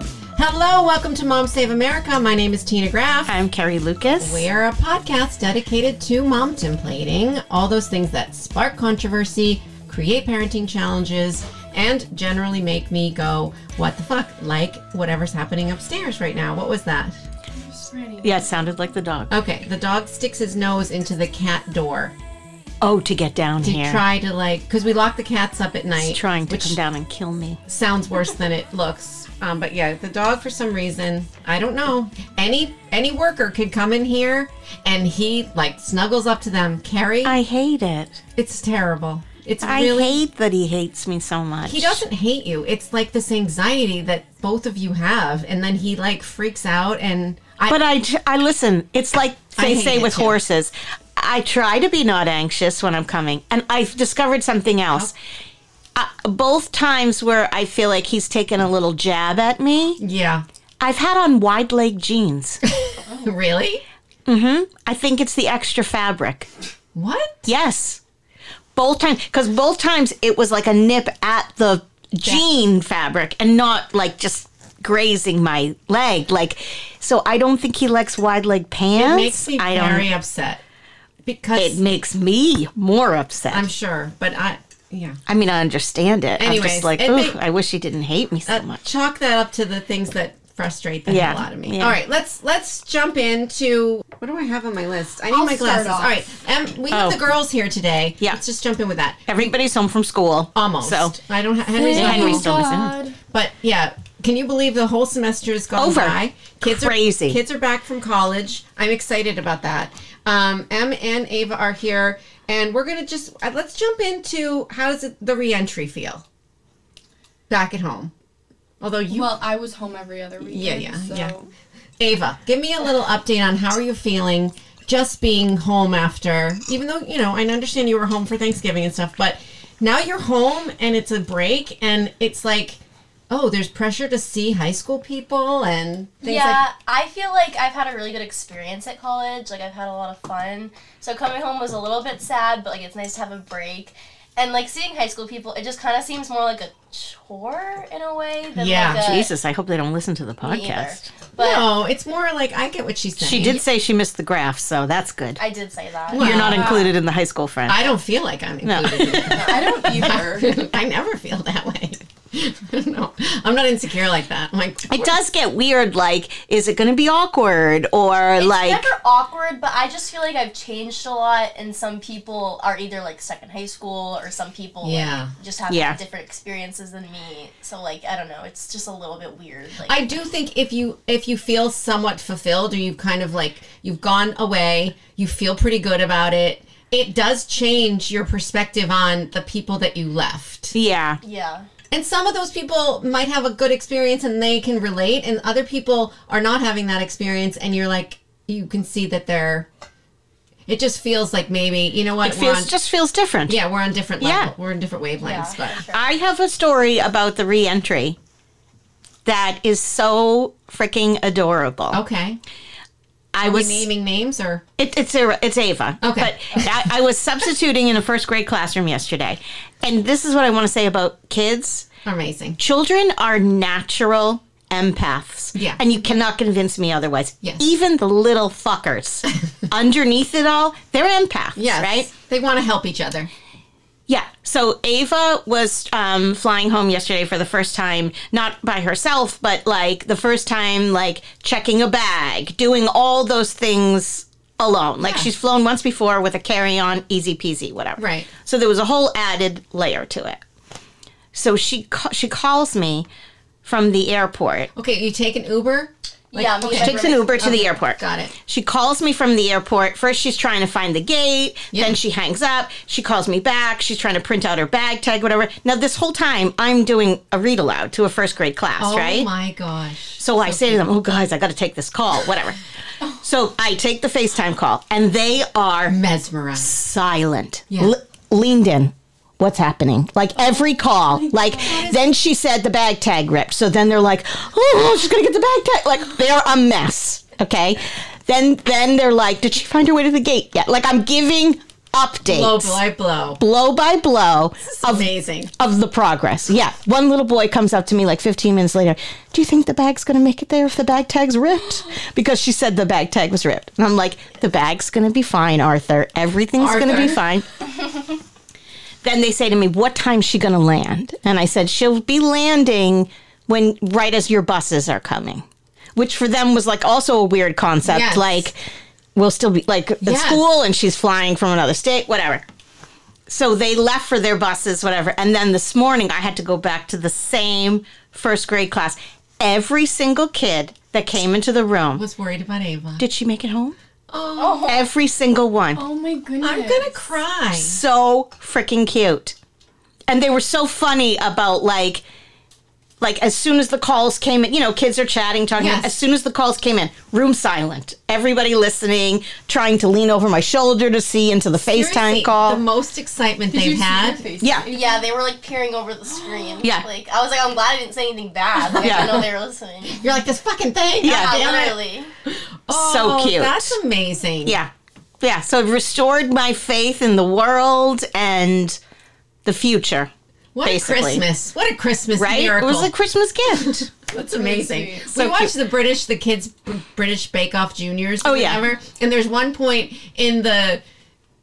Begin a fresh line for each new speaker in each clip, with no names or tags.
Hello, welcome to Mom Save America. My name is Tina Graff.
I'm Carrie Lucas.
We are a podcast dedicated to mom templating, all those things that spark controversy, create parenting challenges, and generally make me go, what the fuck? Like whatever's happening upstairs right now. What was that?
Yeah, it sounded like the dog.
Okay, the dog sticks his nose into the cat door
Oh, to get down
to
here.
try to like, because we lock the cats up at night.
It's trying to
which
come down and kill me.
sounds worse than it looks. Um, but yeah, the dog for some reason, I don't know. Any any worker could come in here and he like snuggles up to them. Carrie,
I hate it.
it's terrible. It's
I
really
hate that he hates me so much.
he doesn't hate you. It's like this anxiety that both of you have and then he like freaks out and I
But I, tr- I listen. It's like
I
they
hate
say
it
with
too.
horses. I try to be not anxious when I'm coming, and I've discovered something else. Uh, both times where I feel like he's taken a little jab at me,
yeah.
I've had on wide leg jeans.
Really?
I think it's the extra fabric.
What?
Yes. Both times, because both times it was like a nip at the jean fabric and not like just grazing my leg. Like, so I don't think he likes wide leg pants.
It makes me
I don't.
very upset. Because
It makes me more upset.
I'm sure, but I yeah.
I mean, I understand it. I'm
Anyways,
just like,
it
"Ooh,
make-
I wish he didn't hate me so
Uh,
much.
Chalk that up to the things that frustrate the
Yeah,
hell out of me.
yeah.
All right, let's let's jump into what do I have on my list? I need
I'll
my
start
glasses.
off.
All right, um, we have
Oh.
the girls here today.
Yeah.
let's just jump in with that.
Everybody's home from school.
Almost.
So,
I don't have Henry's
Yeah,
not
Henry's
home.
still missing.
But yeah, can you believe the whole semester is gone
Over.
by? Kids
Crazy.
Are, kids are back from college. I'm excited about that. Um, Em and Ava are here, and we're gonna just uh, let's jump into how does it, the reentry feel back at home? Although you
Well, I was home every other week.
Yeah, yeah,
so.
yeah. Ava, give me a little update on how are you feeling just being home after, even though, you know, I understand you were home for Thanksgiving and stuff, but now you're home and it's a break and it's like, oh, there's pressure to see high school people and things
yeah,
like
I feel like I've had a really good experience at college. Like I've had a lot of fun. So coming home was a little bit sad, but like it's nice to have a break. And like seeing high school people, it just kind of seems more like a chore in a way than
Yeah,
like a
Jesus, I hope they don't listen to the
me either.
podcast.
But
No, it's more like I get what she's saying.
She did say she missed the graph, so that's good.
I did say that.
Well-
You're not
Wow.
included in the high school friend.
I don't feel like I'm included.
I don't either.
I never feel that way. no, I'm not insecure like that. I'm like,
It does get weird. Like, is it going to be awkward or
It's
like?
never awkward, but I just feel like I've changed a lot, and some people are either like stuck in high school, or some people like,
Yeah.
just have
Yeah.
different experiences than me. So like I don't know, it's just a little bit weird. Like,
I do think if you if you feel somewhat fulfilled or you've kind of like you've gone away, you feel pretty good about it. It does change your perspective on the people that you left.
yeah,
yeah.
And some of those people might have a good experience and they can relate and other people are not having that experience and you're like you can see that they're it just feels like maybe, you know what,
it
we're
feels
on,
just feels different.
yeah, we're on different
Yeah.
level. We're in different wavelengths,
Yeah,
but
sure.
I have a story about the reentry that is so freaking adorable.
okay.
I
Are we
was
naming names or
It, it's a, it's Ava.
Okay.
But I, I was substituting in a first grade classroom yesterday, and this is what I want to say about kids.
amazing.
children are natural empaths.
Yeah.
And you cannot convince me otherwise.
Yes.
Even the little fuckers underneath it all, they're empaths.
Yes.
Right?
They want to help each other.
Yeah. So Ava was um, flying home yesterday for the first time, not by herself, but like the first time, like checking a bag, doing all those things alone. Like
Yeah.
she's flown once before with a carry on, easy peasy, whatever.
Right.
So there was a whole added layer to it. So she ca- she calls me from the airport.
Okay, you take an Uber. Like,
yeah, me and
okay.
my
Takes an
roommate-
Uber to the airport.
Got it.
She calls me from the airport. First, she's trying to find the gate.
Yeah.
Then she hangs up. She calls me back. She's trying to print out her bag tag, whatever. Now, this whole time, I'm doing a read aloud to a first grade class,
Oh
right?
my gosh.
So I say to them, "Oh, guys, I got to take this call, whatever." so I take the FaceTime call, and they are
Mesmerized.
silent,
Yeah.
Le- leaned in. What's happening? Like every call. Like then she said the bag tag ripped. So then they're like, oh, she's gonna get the bag tag. Like they're a mess. Okay. Then then they're like, did she find her way to the gate yet? Like I'm giving updates.
Blow by blow.
blow by blow of
Amazing.
of the progress. Yeah. One little boy comes up to me like 15 minutes later. Do you think the bag's going to make it there if the bag tag's ripped? Because she said the bag tag was ripped. And I'm like, the bag's going to be fine, Arthur. Everything's going to be fine. then they say to me, what time's she going to land? And I said, she'll be landing when right as your buses are coming, which for them was like also a weird concept.
Yes.
Like, we'll still be like at
Yes.
school and she's flying from another state, whatever. So they left for their buses, whatever. And then this morning, I had to go back to the same first grade class. Every single kid that came into the room,
Was worried about Ava.
did she make it home?
Oh,
Every single one.
Oh my goodness.
I'm gonna cry.
So freaking cute. And they were so funny about like, like as soon as the calls came in, you know, kids are chatting, talking.
Yes.
As soon as the calls came in, room silent. Everybody listening, trying to lean over my shoulder to see into the
Seriously,
FaceTime call.
The most excitement
Did you
they've
see
had.
her face?
yeah.
Yeah, they were like peering over the screen.
Yeah.
Like I was like, I'm glad I didn't say anything bad. Like,
Yeah.
I know they were listening.
You're like this fucking thing.
Yeah.
God
Yeah,
damn it.
literally.
So
Oh,
cute.
That's amazing.
Yeah. Yeah. So it restored my faith in the world and the future.
What
basically.
a Christmas! What a Christmas
Right?
miracle!
It was a Christmas gift.
That's amazing.
sweet.
we
So
watched the British, the kids, Br- British Bake Off juniors. Oh
yeah.
whatever, And there's one point in the,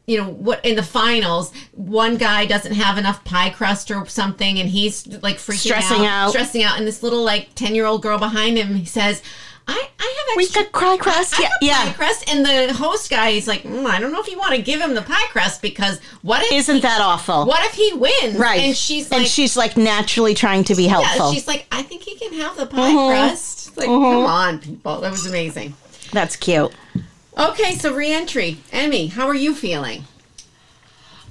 you know, what in the finals, one guy doesn't have enough pie crust or something, and he's like freaking
Stressing out.
stressing out. And this little like ten year old girl behind him says, "I, I have
We've
extra."
got cry crust.
I
Yeah.
have pie
Yeah.
crust, and the host guy is like, mm, I don't know if you want to give him the pie crust because what if
Isn't that awful?
what if he wins?
Right.
And she's like,
and she's like naturally trying to be
yeah,
helpful.
she's like, I think he can have the pie
Mm-hmm.
crust. It's Like, come on, people. That was amazing.
That's cute.
Okay, so reentry. Emmy, how are you feeling?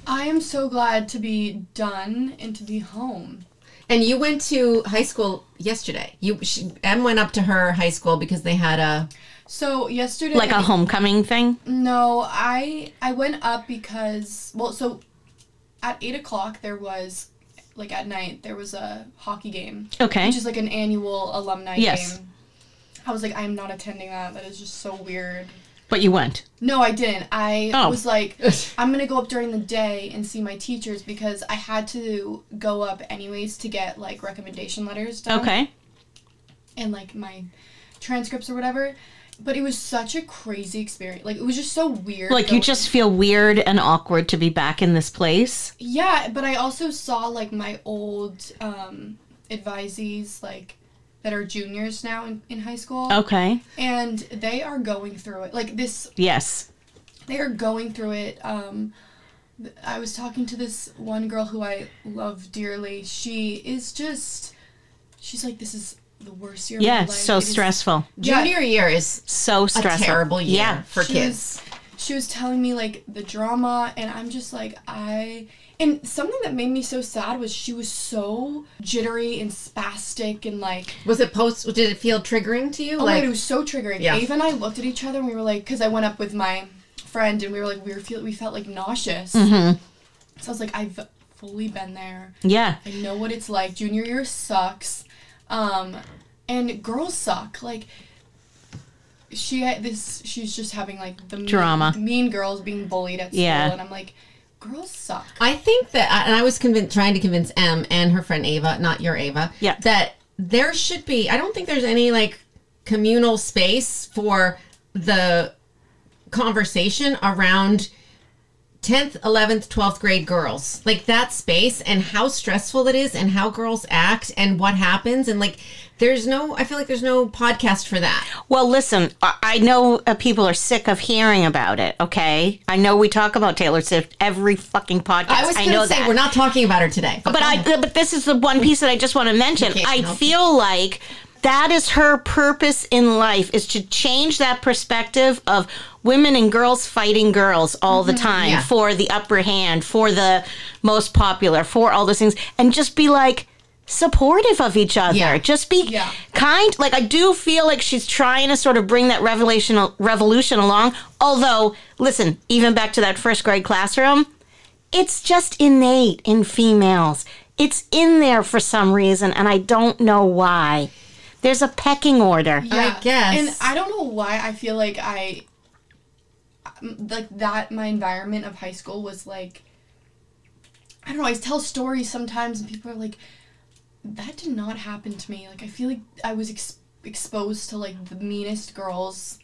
I am so glad to be done and to be home.
And you went to high school yesterday. You she, Em went up to her high school because they had a
So yesterday,
Like a homecoming thing.
Mm-hmm.
No, I I went up because well, so at eight o'clock there was like at night there was a hockey game,
Okay.
which is like an annual alumni
Yes.
game. I was like, I am not attending that. That is just so weird.
But you went.
No, I didn't. I
Oh.
was like, I'm gonna go up during the day and see my teachers because I had to go up anyways to get like recommendation letters done
Okay.
and like my transcripts or whatever. But it was such a crazy experience. Like it was just so weird.
Like you
going-
just feel weird and awkward to be back in this place.
Yeah, but I also saw like my old um, advisees like that are juniors now in, in high school,
Okay.
and they are going through it. Like this
Yes.
they are going through it. Um, th- I was talking to this one girl who I love dearly. She is just, she's like, this is the worst year. of my
Yeah.
life.
So
It is-
stressful.
Yeah.
junior year is
So
a
stressful.
terrible year
Yeah.
for
She
kids.
She was telling me like the drama, and I'm just like I. And something that made me so sad was she was so jittery and spastic and like
Was, it post? Did it feel triggering to you?
Oh my
like
god, it was so triggering.
Yeah.
Ava and I looked at each other and we were like, because I went up with my friend and we were like, we were feel, we felt like nauseous. So I was like, I've fully been there.
Yeah.
I know what it's like. Junior year sucks, um, and girls suck. Like she had this, she's just having like the mean-
Drama.
Mean, girls being bullied at school,
Yeah.
and I'm like, girls suck.
I think that, I- and I was convinced, trying to convince Em and her friend Ava, not your Ava,
Yeah.
that there should be. I don't think there's any like communal space for the conversation around 10th, 11th, 12th grade girls. Like that space and how stressful it is and how girls act and what happens. And like, there's no, I feel like there's no podcast for that.
Well, listen, I- I know uh, people are sick of hearing about it, okay? I know we talk about Taylor Swift every fucking podcast.
I was
I,
going
know
to say,
that.
we're not talking about her today.
but I but this is the one piece that I just want to mention.
can't
I
help
feel like that is her purpose in life is to change that perspective of women and girls fighting girls all the time
Mm-hmm. Yeah.
for the upper hand, for the most popular, for all those things and just be like supportive of each other.
Yeah.
Just be
Yeah.
kind. Like I do feel like she's trying to sort of bring that revelation revolution along. Although, listen, even back to that first grade classroom, it's just innate in females. It's in there for some reason, and I don't know why. There's a pecking order.
guess.
And I don't know why I feel like I um, like that my environment of high school was like I don't know, I tell stories sometimes and people are like that did not happen to me. Like I feel like I was ex- exposed to like the meanest girls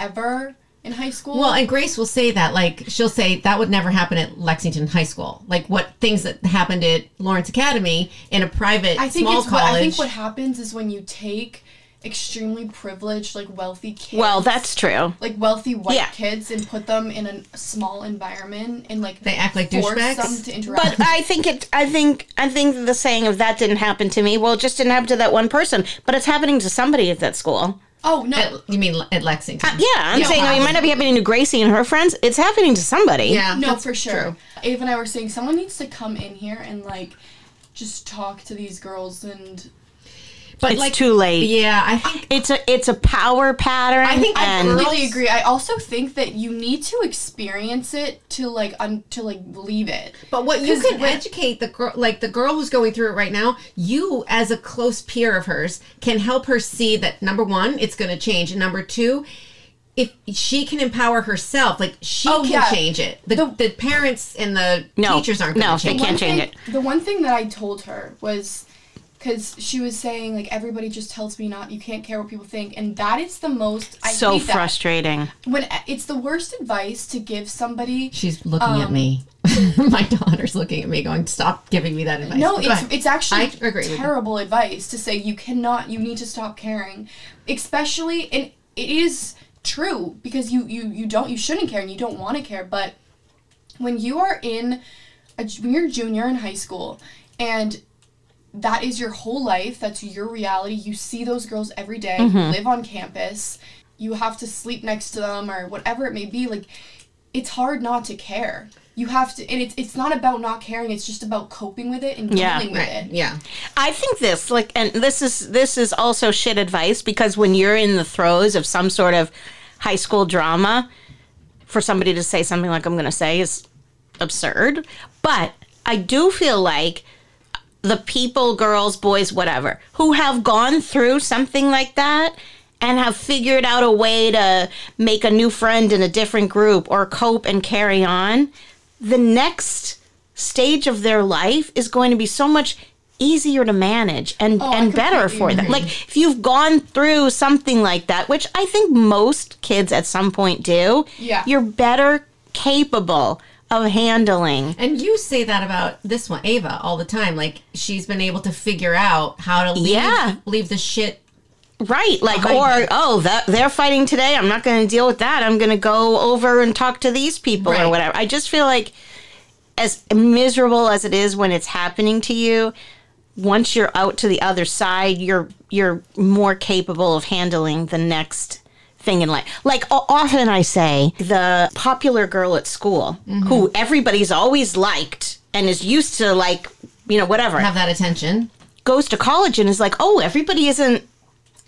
ever in high school.
Well, and Grace will say that, like, she'll say that would never happen at Lexington High School. Like, what things that happened at Lawrence Academy in a private
I think
small
it's
college.
what I think what happens is when you take extremely privileged like wealthy kids
Well, that's true.
like wealthy white
Yeah.
kids and put them in a small environment and like
They act like
force
douchebags?
them to interact.
But I think it. I think. I think the saying of that didn't happen to me. Well, it just didn't happen to that one person. But it's happening to somebody at that school.
oh no,
At- you mean at Lexington?
Yeah, I'm
Yeah,
saying oh, it might not be happening to Gracie and her friends. It's happening to somebody.
yeah,
no,
that's
for sure.
true.
Ava and I were saying someone needs to come in here and like just talk to these girls and
But
it's
like,
too late.
yeah, I think
It's a it's a power pattern.
I think I
and
completely agree. I also think that you need to experience it to like un- to like believe it.
But what you
'Cause
can
when-
educate the girl, like the girl who's going through it right now, you as a close peer of hers can help her see that number one, it's going to change, and number two, if she can empower herself, like she
Oh,
can
yeah.
change it. The, the,
The-
parents and the
No.
teachers aren't
No,
going to
they
change.
can't.
it.
one
change
thing- The one thing that I told her was because she was saying like everybody just tells me not you can't care what people think and that is the most I
so
hate that.
frustrating.
when it's the worst advice to give somebody
She's looking at
Um,
me. My daughter's looking at me, going, "Stop giving me that advice."
no
Go
it's
ahead.
it's actually
I agree with you.
terrible advice to say you cannot you need to stop caring especially and it is true because you you you don't you shouldn't care and you don't want to care but when you are in a, ju- when you're a junior in high school and that is your whole life that's your reality you see those girls every day, you
Mm-hmm.
live on campus you have to sleep next to them or whatever it may be like it's hard not to care you have to and it's it's not about not caring it's just about coping with it and
Yeah.
dealing with
right.
it
Yeah,
I think this like and this is this is also shit advice because when you're in the throes of some sort of high school drama for somebody to say something like I'm going to say is absurd. But I do feel like the people, girls, boys, whatever, who have gone through something like that and have figured out a way to make a new friend in a different group or cope and carry on, the next stage of their life is going to be so much easier to manage and,
Oh, I
and better for
completely
them. Like if you've gone through something like that, which I think most kids at some point do,
Yeah.
you're better capable of handling.
and you say that about this one, Ava, all the time. Like she's been able to figure out how to leave,
Yeah.
leave the shit
Right. Like,
Behind
or,
it.
oh, that, they're fighting today. I'm not going to deal with that. I'm going to go over and talk to these people
Right.
or whatever. I just feel like, as miserable as it is when it's happening to you, once you're out to the other side, you're you're more capable of handling the next thing in life. Like o- often I say, the popular girl at school
Mm-hmm.
who everybody's always liked and is used to like, you know, whatever,
have that attention.
goes to college and is like, "Oh, everybody isn't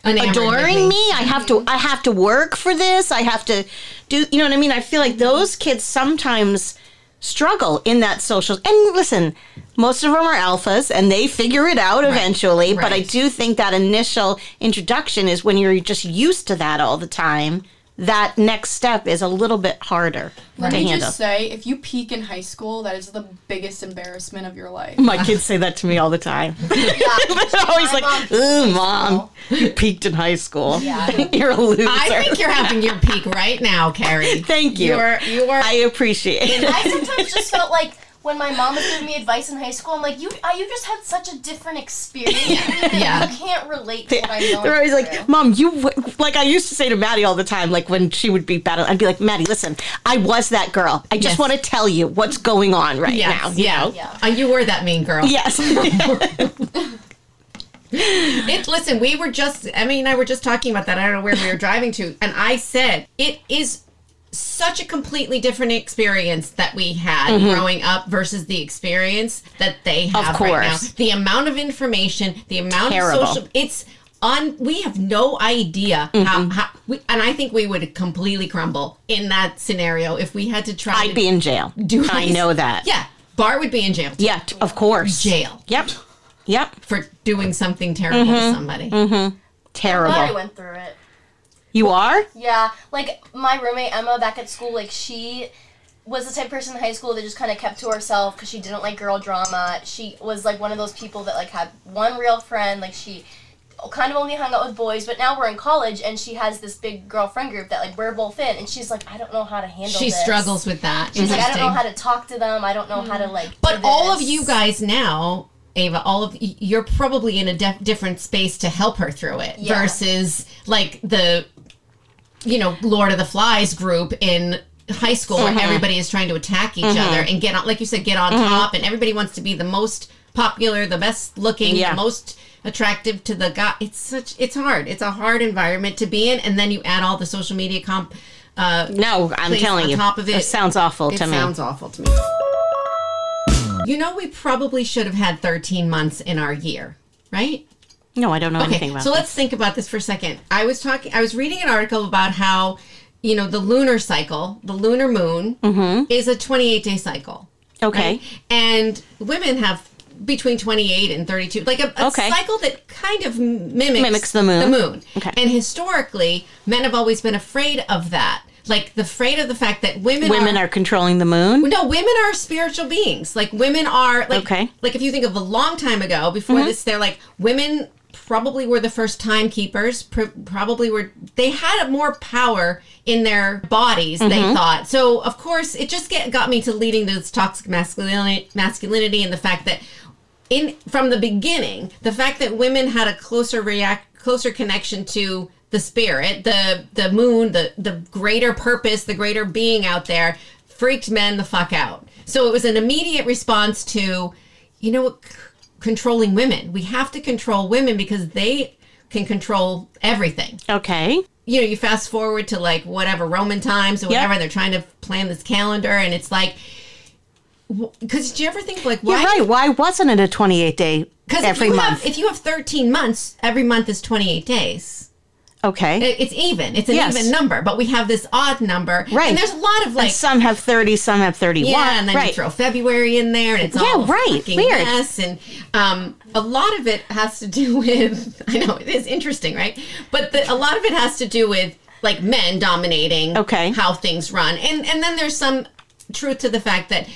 Enamored with
adoring me. I have to I have to work for this. I have to do you know what I mean? I feel like those kids sometimes struggle in that social and listen, most of them are alphas and they figure it out eventually, but I
Right.
do think that initial introduction is when you're just used to that all the time. That next step is a little bit harder
let
to
me
handle.
just say if you peak in high school that is the biggest embarrassment of your life
My kids say that to me all the time. They're always
My
like,
mom-
"Ooh, mom, you peaked in high school.
Yeah.
you're a loser."
I think you're having your peak right now, Carrie.
Thank
You
you.
are. You are.
I appreciate it.
I sometimes just felt like when my mom was giving me advice in high school, I'm like, you, I, you just had such a different experience.
Yeah.
You can't relate to what I'm going
They're always
through.
like, Mom, you, w-" like I used to say to Maddie all the time, like when she would be battle, I'd be like, Maddie, listen, I was that girl. I just
Yes.
want to tell you what's going on right
yes.
now. you
yeah.
know?
Yeah.
Uh, you were that mean girl.
Yes.
It, listen, we were just, Emmy and I were just talking about that. I don't know where we were driving to. And I said, it is such a completely different experience that we had
Mm-hmm.
growing up versus the experience that they have right now.
course.
The amount of information, the amount
Terrible.
of social, it's on. We have no idea
Mm-hmm.
how. how we, and I think we would completely crumble in that scenario if we had to try.
I'd
to
be in jail.
do
I
these-
know that.
Yeah, Bart would be in jail
Yeah, t- of course.
Jail.
Yep. Yep. Mm-hmm.
for doing something terrible to somebody.
Glad I
Terrible.
went through it.
You are?
Yeah, like my roommate Emma back at school, like she was the type of person in high school that just kind of kept to herself because she didn't like girl drama. She was like one of those people that like had one real friend. Like she kind of only hung out with boys, but now we're in college and she has this big girlfriend group that like we're both in, and she's like, I don't know how to handle.
She
this."
struggles with that.
She's like, I don't
Interesting.
know how to talk to them. I don't know how to like. do
But all of
this."
you guys now, Ava, all of y- you're probably in a def- different space to help her through it
Yeah.
versus like the, you know, Lord of the Flies group in high school where everybody is trying to attack each other and get on, like you said, get on top, and everybody wants to be the most popular, the best looking,
Yeah.
the most attractive to the guy. It's such, it's hard. It's a hard environment to be in, and then you add all the social media comp. Uh,
No, I'm
Please,
telling
on
you.
top of it,
sounds awful
it
to me.
sounds awful to me. You know, we probably should have had 13 months in our year, right?
No, I don't know anything
Okay,
about
so
that.
let's think about this for a second. I was talking, I was reading an article about how, you know, the lunar cycle, the lunar moon, is a 28 day cycle.
Mm-hmm. Okay.
right? And women have between 28 and 32, like a, a
Okay.
cycle that kind of mimics,
Mimics the moon.
The moon.
Okay.
And historically, men have always been afraid of that. Like, the afraid of the fact that women,
Women are controlling the moon.
no, women are spiritual beings. Like women are like
Okay.
like if you think of a long time ago before this they're like women probably were the first timekeepers pr- probably were they had more power in their bodies they thought so of course it just get, got me to leading to this toxic masculinity masculinity and the fact that in from the beginning the fact that women had a closer react closer connection to the spirit the the moon the the greater purpose the greater being out there freaked men the fuck out so it was an immediate response to you know what c- controlling women we have to control women because they can control everything
Okay.
you know, you fast forward to like whatever Roman times or whatever, and they're trying to plan this calendar, and it's like, because do you ever think like
You're
why?
right. Why wasn't it a 28 day
Because if
every
you
month?
have if you have thirteen months, every month is twenty eight days.
okay.
It- It's even. It's an
Yes.
even number, but we have this odd number,
Right.
And there's a lot of like.
some have 30, some have 31.
yeah, and then
right.
you throw February in there, and it's all
Yeah, right.
fucking
Weird.
mess. And um, a lot of it has to do with I know it is interesting, right? But the, a lot of it has to do with like men dominating
Okay.
how things run, and and then there's some truth to the fact that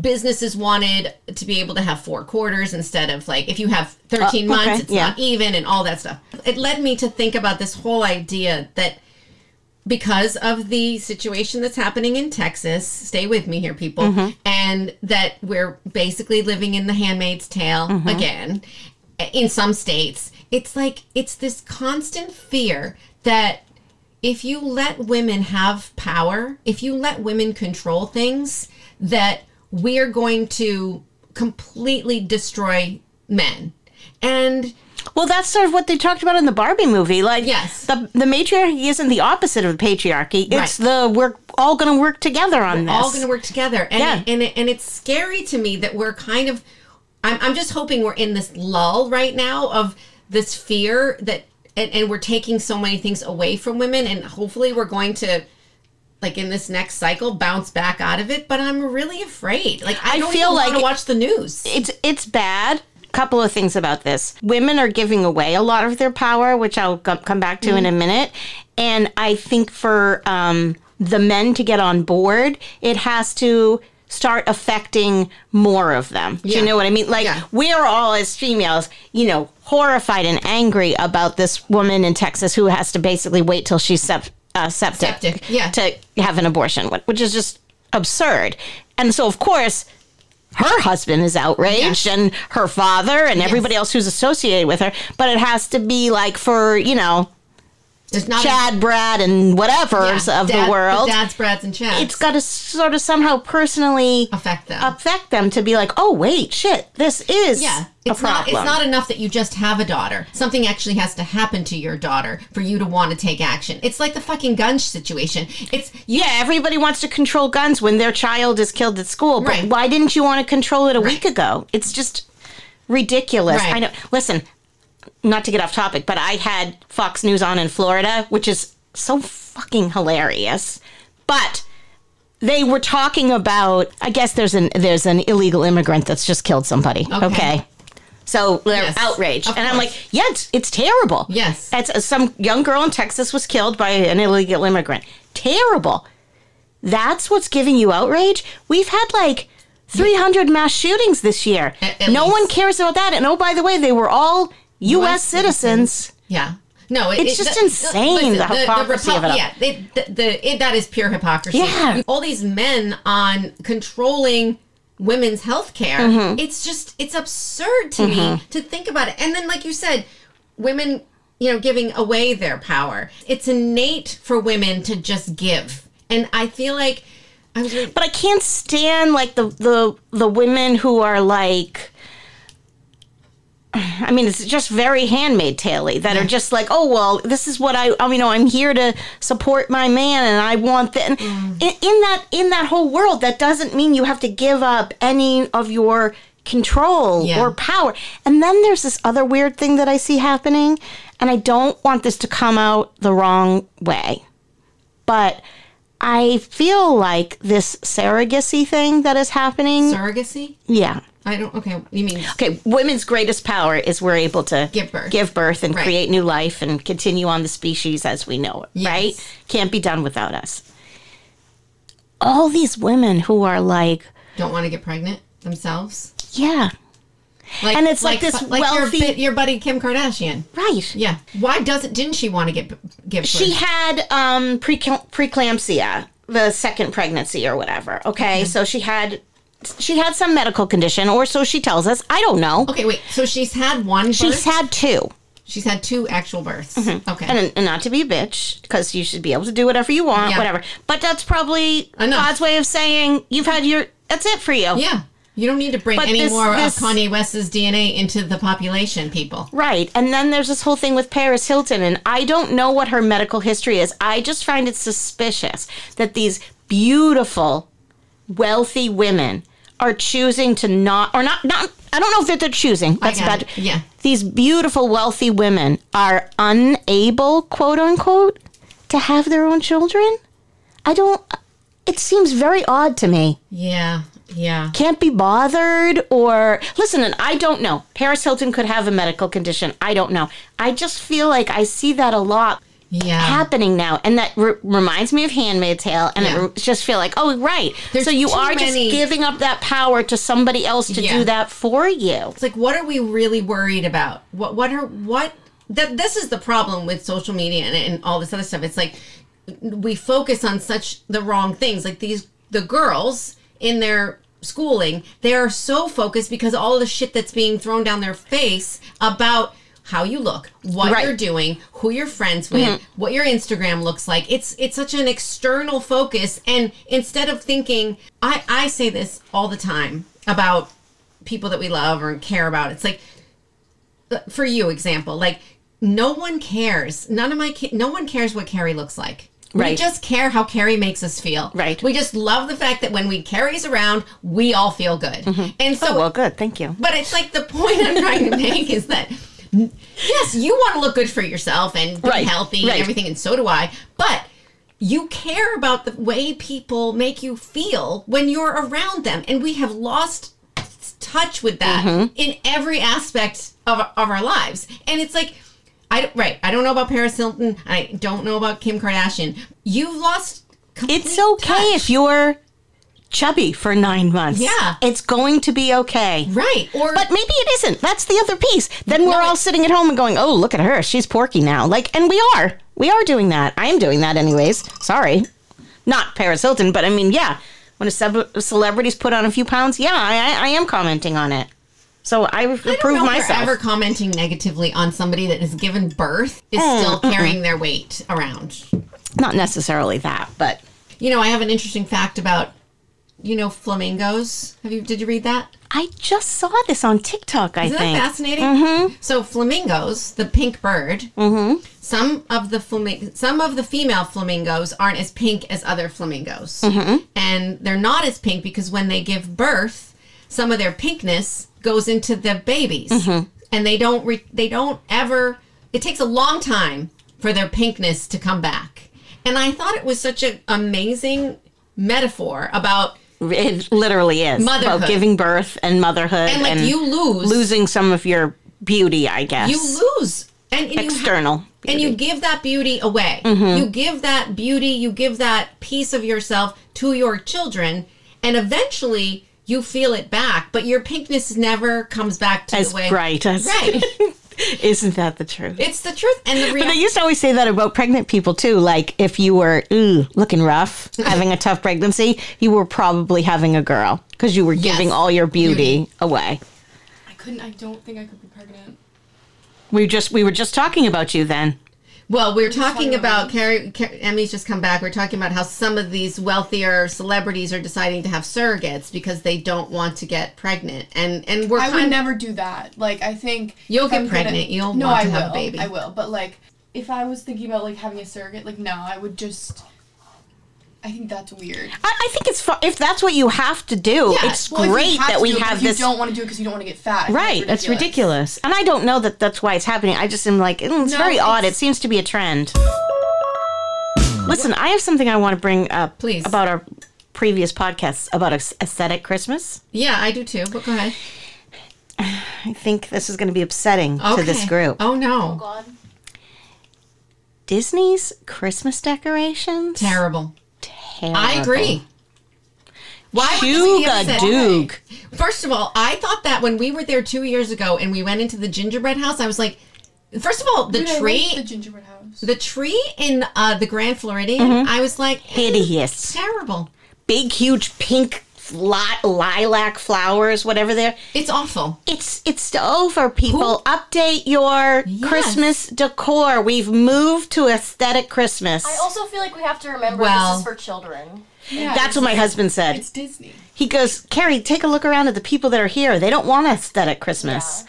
businesses wanted to be able to have four quarters instead of like if you have 13
Uh, okay,
months it's
yeah.
not even and all that stuff it led me to think about this whole idea that because of the situation that's happening in Texas. Stay with me here, people.
Mm-hmm.
And that we're basically living in the handmaid's tale
Mm-hmm.
again in some states. It's like, it's this constant fear that if you let women have power, if you let women control things, that we're going to completely destroy men. And
Well, that's sort of what they talked about in the Barbie movie. Like,
Yes.
the the matriarchy isn't the opposite of the patriarchy. It's
Right.
the we're all going to work together on this.
all going to work together. And
Yeah.
and it, and it's scary to me that we're kind of I'm I'm just hoping we're in this lull right now of this fear that and, and we're taking so many things away from women and hopefully we're going to like in this next cycle bounce back out of it, but I'm really afraid. Like I,
I
don't
feel
feel like
like-
to watch the news.
it's it's bad. Couple of things about this: women are giving away a lot of their power, which I'll co- come back to
Mm.
in a minute. And I think for um, the men to get on board, it has to start affecting more of them. Do
Yeah.
you know what I mean? Like
Yeah.
we're all as females, you know, horrified and angry about this woman in Texas who has to basically wait till she's sep- uh, septic,
Septic, yeah.
to have an abortion, wh- which is just absurd. And so, of course, her husband is outraged and her father and everybody else who's associated with her. But it has to be like for, you know,
There's not
Chad, Brad, and whatever's
yeah,
of
dad-
the world.
Dad's Brad's and Chad.
it's got to sort of somehow personally
affect them.
affect them to be like, oh, wait, shit, this is
Yeah,
a
it's not.
problem.
It's not enough that you just have a daughter. Something actually has to happen to your daughter for you to want to take action. It's like the fucking gun situation. It's you.
yeah, everybody wants to control guns when their child is killed at school, but
Right.
why didn't you want to control it a week ago? It's just ridiculous.
Right.
I know. Listen, not to get off topic, but I had Fox News on in Florida, which is so fucking hilarious. But they were talking about I guess there's an there's an illegal immigrant that's just killed somebody. Okay. So they're
Yes,
outraged.
of
And I'm
course.
like, yeah, it's, it's terrible.
Yes.
That's uh, some young girl in Texas was killed by an illegal immigrant. Terrible. That's what's giving you outrage? We've had like 300 mass shootings this year.
At- at
no one
least.
cares about that. And oh, by the way, they were all U.S. citizens.
Yeah. No, it-
It's
it-
just
the-
insane, the hypocrisy of it all.
Yeah, it, the, the, it, that is pure hypocrisy.
Yeah.
All these men on controlling women's health care.
Mm-hmm.
It's just, it's absurd to me to think about it. And then, like you said, women, you know, giving away their power. It's innate for women to just give. And I feel like I was reading-
But I can't stand like the, the, the women who are like, I mean, it's just very handmade tale-y that are just like, oh well, this is what I, I you know, I'm here to support my man, and I want that. And in, in that in that whole world, that doesn't mean you have to give up any of your control
Yeah.
or power. And then there's this other weird thing that I see happening, and I don't want this to come out the wrong way, but I feel like this surrogacy thing that is happening.
surrogacy.
yeah.
I don't, okay, you mean
Okay, women's greatest power is we're able to
Give birth.
birth and
Right.
create new life and continue on the species as we know it,
Yes.
right? Can't be done without us. All these women who are like,
don't want to get pregnant themselves?
yeah,
Like,
And it's like this wealthy-
your, bi- your buddy Kim Kardashian.
right.
Yeah. Why doesn't didn't she want to get give
She
birth?
had um pre preeclampsia, the second pregnancy or whatever. Okay,
Mm-hmm.
so she had she had some medical condition or so she tells us. I don't know.
Okay, wait. So she's had one birth.
She's had two.
she's had two actual births. Okay.
and, and not to be a bitch because you should be able to do whatever you want
Yeah.
whatever but that's probably
Enough.
god's way of saying you've had your that's it for you
yeah. You don't need to bring
But
any
this-
more
this-
of Kanye West's DNA into the population, people.
right and then there's this whole thing with paris hilton and i don't know what her medical history is i just find it suspicious that these beautiful wealthy women are choosing to not or not not i don't know if that they're choosing that's
got
bad
it. Yeah.
these beautiful wealthy women are unable quote unquote to have their own children i don't it seems very odd to me
Yeah. Yeah.
can't be bothered or listen and i don't know paris hilton could have a medical condition i don't know i just feel like i see that a lot
Yeah.
happening now and that re- reminds me of handmaid's tale and
Yeah.
i re- just feel like oh right
There's
so you
too
are just
many-
giving up that power to somebody else to
Yeah.
do that for you
It's like, what are we really worried about? What what are what that this is the problem with social media and, and all this other stuff. It's like we focus on such the wrong things. Like these the girls in their schooling, they are so focused because all the shit that's being thrown down their face about how you look, what
Right.
you're doing, who you're friends with, what your Instagram looks like. It's it's such an external focus and instead of thinking I I say this all the time about people that we love or care about. It's like uh, for you example, like no one cares. None of my ki- no one cares what Carrie looks like. We
Right.
just care how Carrie makes us feel.
Right.
We just love the fact that when we Carrie's around, we all feel good. And so
Mm-hmm. Oh, well good thank you
but it's like the point I'm trying to make is that yes, you want to look good for yourself and be
Right,
healthy
right.
and everything, and so do I. But you care about the way people make you feel when you're around them, and we have lost touch with that
Mm-hmm.
in every aspect of of our lives. And it's like. I, don't- right, I don't know about Paris Hilton. I don't know about Kim Kardashian. You've lost. complete
It's okay
touch.
if you're chubby for nine months.
Yeah.
It's going to be okay.
right, or
But maybe it isn't. That's the other piece. Then we're
No,
all
it-
sitting at home and going, oh, look at her. She's porky now. Like, and we are. We are doing that. I am doing that, anyways. Sorry. Not Paris Hilton, but I mean, yeah. When a sub- celebrity's put on a few pounds, yeah, I, I, I am commenting on it. So I,
I don't
approve
know if
myself.
Ever commenting negatively on somebody that has given birth is still carrying their weight around.
Not necessarily that, but
You know, I have an interesting fact about you know flamingos. Have you? Did you read that?
I just saw this on TikTok, I
Isn't
think.
that fascinating? So flamingos, the pink bird. Some of the flaming, some of the female flamingos aren't as pink as other flamingos, and they're not as pink because when they give birth, some of their pinkness goes into the babies, and they don't re- they don't ever. It takes a long time for their pinkness to come back, and I thought it was such an amazing metaphor about
It literally is
Motherhood.
about giving birth and motherhood
and like you lose,
losing some of your beauty, I guess.
you lose, and, and you ha-
external.
and you give that beauty away.
Mm-hmm.
You give that beauty, you give that piece of yourself to your children, and eventually you feel it back. But your pinkness never comes back to
as
the way
bright as
Right,
isn't that the truth?
it's the truth and the
But they
reality.
used to always say that about pregnant people too. Like if you were ooh, looking rough, having a tough pregnancy, you were probably having a girl because you were giving all your beauty
Mm-hmm.
away.
I couldn't. I don't think I could be pregnant.
We just we were just talking about you then.
Well, we're talking
talking about
about Carrie, Car- Emmy's just come back. We're talking about how some of these wealthier celebrities are deciding to have surrogates because they don't want to get pregnant, and and we're
I
kind
would
of
never do that. Like I think
You'll
if
get
I'm gonna-
pregnant. You'll
no,
want
I
to have a
will.
baby.
I will. But like, if I was thinking about like having a surrogate, like no, I would just. I think that's weird.
I, I think it's fu- if that's what you have to do.
Yeah,
it's
Well, if you
great
have
that
to
we
do it, but
have
if
this.
You don't want to do it because you don't want to get fat. I think
Right, that's ridiculous. And I don't know that that's why it's happening. I just am like, mm, it's
No,
very odd. It
it's-
seems to be a trend. Listen, I have something I want to bring up
Please.
about our previous podcasts about aes- aesthetic Christmas.
yeah, I do too. But go ahead.
I think this is going to be upsetting to this
Okay.
group.
Oh
Oh
no,
God.
Disney's Christmas decorations?
terrible.
Terrible.
I agree. Why would Disney give us that?
Duke.
First of all, I thought that when we were there two years ago and we went into the gingerbread house, I was like, first of all, the
Dude, I like
tree,
the gingerbread house.
the tree in uh, the Grand Floridian,
Mm-hmm.
I was like, eh,
Hideous.
terrible.
Big, huge pink li- lilac flowers, whatever they're.
It's awful.
It's it's over, people. Update your
Yes.
Christmas decor. We've moved to aesthetic Christmas.
I also feel like we have to remember
Well-
this is for children.
yeah,
That's what my husband said.
It's Disney.
He goes, Carrie, take a look around at the people that are here. They don't want aesthetic Christmas.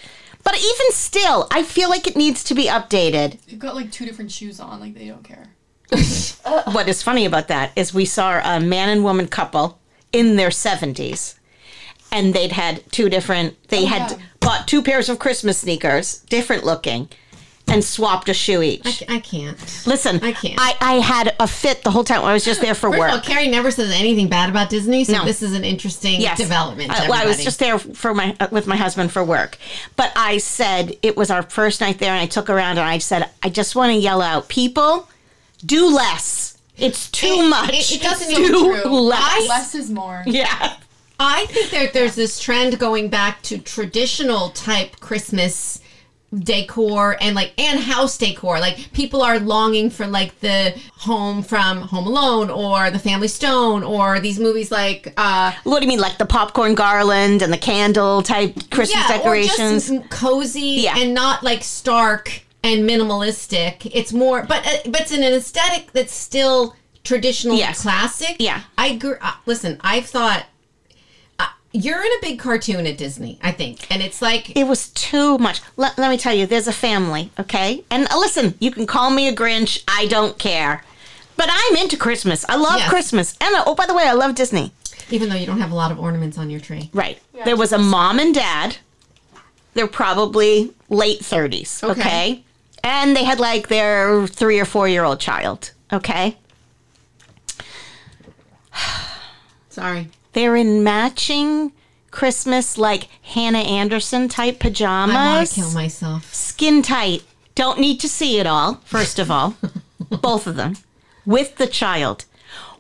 But even still, I feel like it needs to be updated.
They've got like two different shoes on. Like they don't care.
What is funny about that is we saw a man and woman couple in their 70s and they'd had two different they had
yeah.
bought two pairs of Christmas sneakers, different looking, and swapped a shoe each.
I can't.
Listen,
I can't.
I, I had a fit the whole time. I was just there for
First
work.
of all, Carrie never says anything bad about Disney, so
No.
this is an interesting
Yes.
development. to
Uh, well, I was
everybody.
just there for my uh, with my husband for work, but I said it was our first night there, and I took her around, and I said I just want to yell out, people, do less. It's too
It-
much.
it- it doesn't
do
even-
True.
less.
Less is more.
Yeah.
I think that there's this trend going back to traditional type Christmas decor and like and house decor. Like people are longing for like the home from Home Alone or The Family Stone or these movies like uh
What do you mean, like the popcorn garland and the candle type Christmas
yeah,
decorations?
or just cozy
Yeah.
and not like stark and minimalistic. It's more but uh, but it's an aesthetic that's still traditional
Yes.
classic.
Yeah.
I grew uh, listen, I've thought uh, you're in a big cartoon at Disney, I think. And it's like
it was too much. Let, let me tell you, there's a family, okay? And uh, listen, you can call me a Grinch. I don't care. But I'm into Christmas. I love
Yes.
Christmas. And uh, oh, by the way, I love Disney.
Even though you don't have a lot of ornaments on your tree.
Right. There was a mom and dad. They're probably late 30s, okay?
Okay.
And they had like their three or four year old child, okay?
Sorry.
They're in matching Christmas, like Hannah Anderson type pajamas.
I want to kill myself.
skin tight. Don't need to see it all, first of all. Both of them. With the child.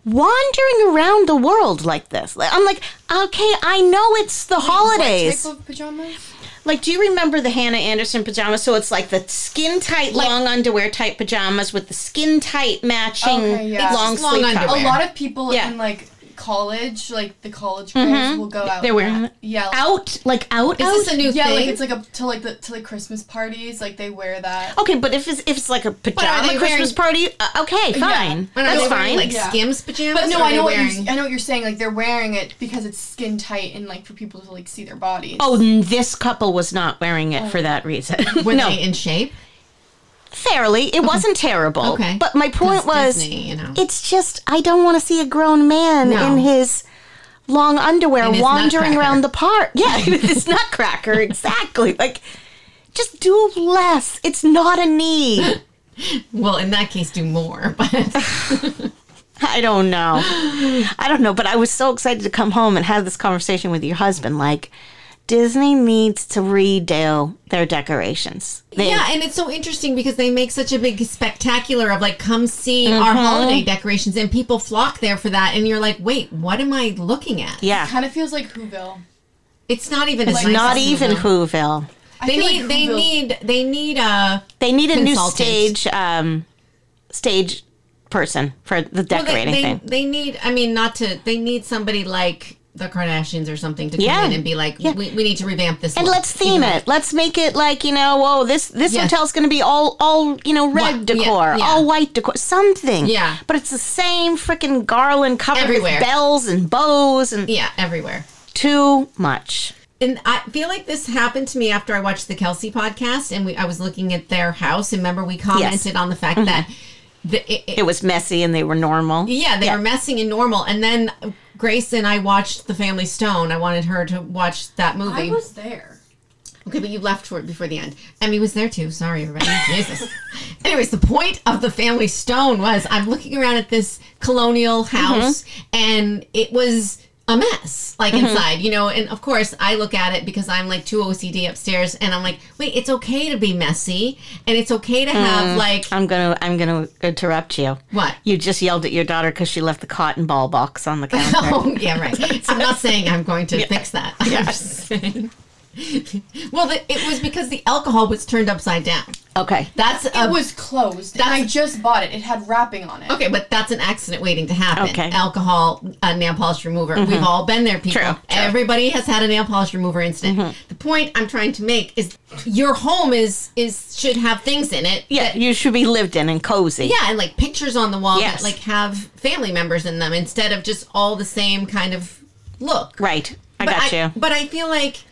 Wandering around the world like this. Like, I'm like, okay, I know it's the holidays.
Type of pajamas.
Like, do you remember the Hannah Anderson pajamas? So it's like the skin tight, long underwear type pajamas with the skin tight matching
Okay, yeah.
long
It's long
sleeve
underwear.
underwear.
A lot of people
Yeah. Mm-hmm.
in like college, like the college girls, will go out.
They're wearing
that. yeah, like-
out, like out,
Is
out.
this a new
yeah,
thing?
like it's like a to like the to like Christmas parties, like they wear that.
okay, but if it's if it's like a pajama
they
Christmas party, uh, okay, fine,
And are
that's
they wearing,
fine.
Like
Yeah.
Skims pajamas?
But no,
or are
I
they
know what
wearing...
you I know what you're saying. Like they're wearing it because it's skin tight and like for people to like see their bodies.
Oh, n- this couple was not wearing it for that reason.
Were
no,
they in shape?
fairly. It wasn't terrible.
Okay.
But my point
'Cause
was,
Disney, you know.
it's just I don't want to see a grown man
No.
in his long underwear
And his
wandering
nutcracker.
around the park. Yeah, this nutcracker exactly. Like, just do less. It's not a need.
Well, in that case, do more. But
I don't know. I don't know, but I was so excited to come home and have this conversation with your husband. Like, Disney needs to redo their decorations. They,
yeah, and it's so interesting because they make such a big spectacular of like, come see
Mm-hmm.
our holiday decorations, and people flock there for that. And you're like, wait, what am I looking at?
yeah.
Kind of feels like Whoville.
It's not even. as
It's
nice
Not
as
even
Hulu.
Whoville.
I
They
feel
need.
like
they
Whoville-
need. They need a.
They need a new
Consultant.
stage, um, stage person for the
Well, they,
decorating
they,
thing.
they need. I mean, not to. They need somebody like the Kardashians or something to come
Yeah.
in and be like, we, we need to revamp this.
And
look.
let's theme it. Let's make it like you know. Whoa, this this
Yeah.
hotel's going to be all all you know red
White, yeah,
decor,
yeah.
all white decor, something.
Yeah.
But it's the same freaking garland covered
Everywhere.
with bells and bows and
Yeah, everywhere.
too much.
And I feel like this happened to me after I watched the Kelsey podcast, and we, I was looking at their house. And remember, we commented on the fact that the, it, it-
Mm-hmm. It was messy and they were normal.
yeah, they
Yeah.
were messing in normal. And then Grace and I watched The Family Stone. I wanted her to watch that movie.
I was there.
Okay, but you left for, before the end. Emmy was there too. Sorry, everybody. Jesus. Anyways, the point of the family stone was I'm looking around at this colonial house and it was a mess, like inside, you know. And of course, I look at it because I'm like too OCD upstairs and I'm like, wait, it's okay to be messy and it's okay to have like
I'm gonna I'm gonna interrupt you.
what?
You just yelled at your daughter because she left the cotton ball box on the counter.
Oh, yeah, right. I'm not saying I'm going to fix that. I'm just saying. well, the, it was because the alcohol was turned upside down.
Okay.
That's
It
a
was closed. And
that's-
I just bought it. It had wrapping on it.
Okay, but that's an accident waiting to happen.
Okay. Mm-hmm.
Alcohol, uh, nail polish remover. We've all been there, people.
True, Mm-hmm. true.
Everybody has had a nail polish remover incident. The point I'm trying to make is your home is is should have things in it.
Yeah,
that-
you should be lived in and cozy.
yeah, and like pictures on the wall
Yes.
that like have family members in them instead of just all the same kind of look.
Right. I
but
got
I,
you.
But I feel like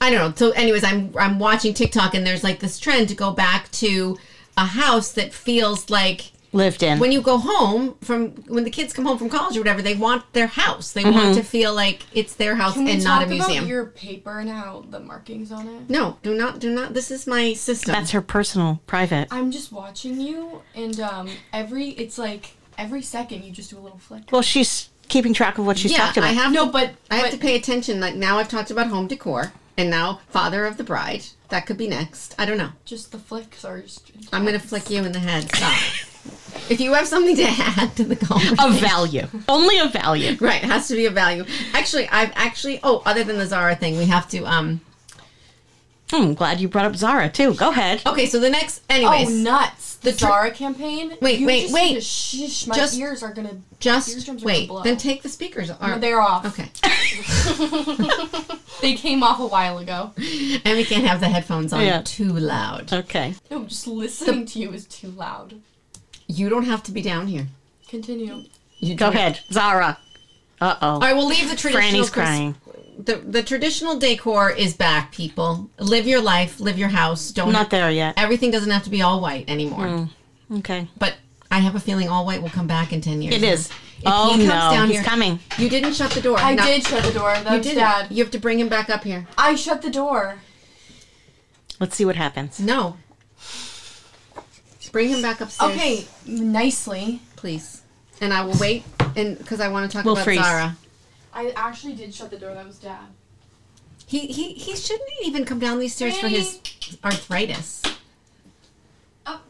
I don't know. So, anyways, I'm I'm watching TikTok and there's like this trend to go back to a house that feels like
lived in.
when you go home from when the kids come home from college or whatever, they want their house. They
Mm-hmm.
want to feel like it's their house
Can we
and not a
talk about
museum.
your paper and how the markings on it?
no, do not, do not. This is my system.
That's her personal private.
I'm just watching you, and um, every it's like every second you just do a little flick.
Well, she's keeping track of what she's
yeah,
talked about.
I have
No,
to,
but
I have
but
to pay attention. Like now, I've talked about home decor, and now father of the bride. That could be next. I don't know.
just the flicks are. Just,
I'm gonna flick you in the head. Stop. if you have something to add to the conversation,
a value. Only a value.
Right, it has to be a value. Actually, I've actually. Oh, other than the Zara thing, we have to. Um.
I'm Hmm, glad you brought up Zara too. Go ahead.
Okay, so the next.
Oh
Anyways,
nuts! The
tr-
Zara campaign.
Wait,
You
wait,
just
wait.
need to Shh, my
Just-
ears are gonna.
just
Eardrums are gonna
wait.
blow.
Then take the speakers. Or,
No, they're off.
Okay.
They came off a while ago.
And we can't have the headphones on
Yeah.
too loud.
Okay.
No, just listening to you is too loud.
You don't have to be down here.
Continue.
You
Go
do it.
ahead, Zara. Uh
All
oh.
right, we'll leave the traditional.
Franny's
Chris-
crying.
The, the traditional decor is back, people. Live your life, live your house. Don't
Not Mm. there yet.
everything doesn't have to be all white anymore.
Okay.
But I have a feeling all white will come back in ten years.
It is.
If
Oh
he comes
no,
down
he's
here-
coming.
You didn't shut the door.
I
No,
did shut the door. That
You
was
did.
dad.
You have to bring him back up here.
I shut the door.
Let's see what happens.
No. Bring him back upstairs.
Okay, nicely.
please. And I will wait, and because I want to talk
We'll
about
freeze.
Zara.
I actually did shut the door. That was dad.
He he he shouldn't even come down these stairs for his arthritis.
Up.